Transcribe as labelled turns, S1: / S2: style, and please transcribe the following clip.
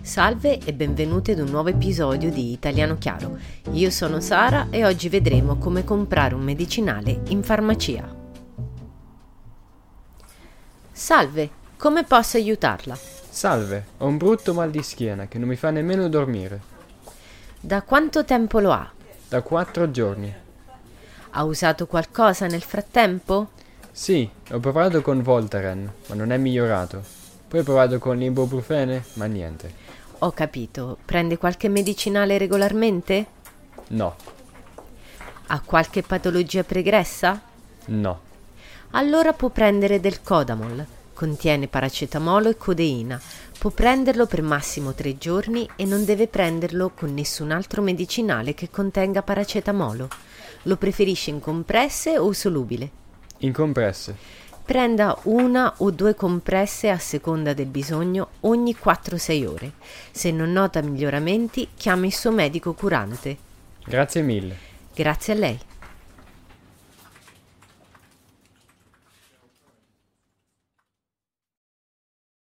S1: Salve e benvenuti ad un nuovo episodio di Italiano Chiaro. Io sono Sara e oggi vedremo come comprare un medicinale in farmacia. Salve, come posso aiutarla?
S2: Salve, ho un brutto mal di schiena che non mi fa nemmeno dormire.
S1: Da quanto tempo lo ha?
S2: Da quattro giorni.
S1: Ha usato qualcosa nel frattempo?
S2: Sì, ho provato con Voltaren, ma non è migliorato. Poi ho provato con l'imbobrufene, ma niente.
S1: Ho capito, prende qualche medicinale regolarmente?
S2: No,
S1: Ha qualche patologia pregressa?
S2: no,
S1: Allora può prendere del Codamol. Contiene paracetamolo e codeina. Può prenderlo per massimo tre giorni e non deve prenderlo con nessun altro medicinale che contenga paracetamolo. Lo preferisce in compresse o solubile.
S2: in compresse.
S1: Prenda una o due compresse a seconda del bisogno ogni 4-6 ore. Se non nota miglioramenti, chiami il suo medico curante.
S2: Grazie mille.
S1: Grazie a lei.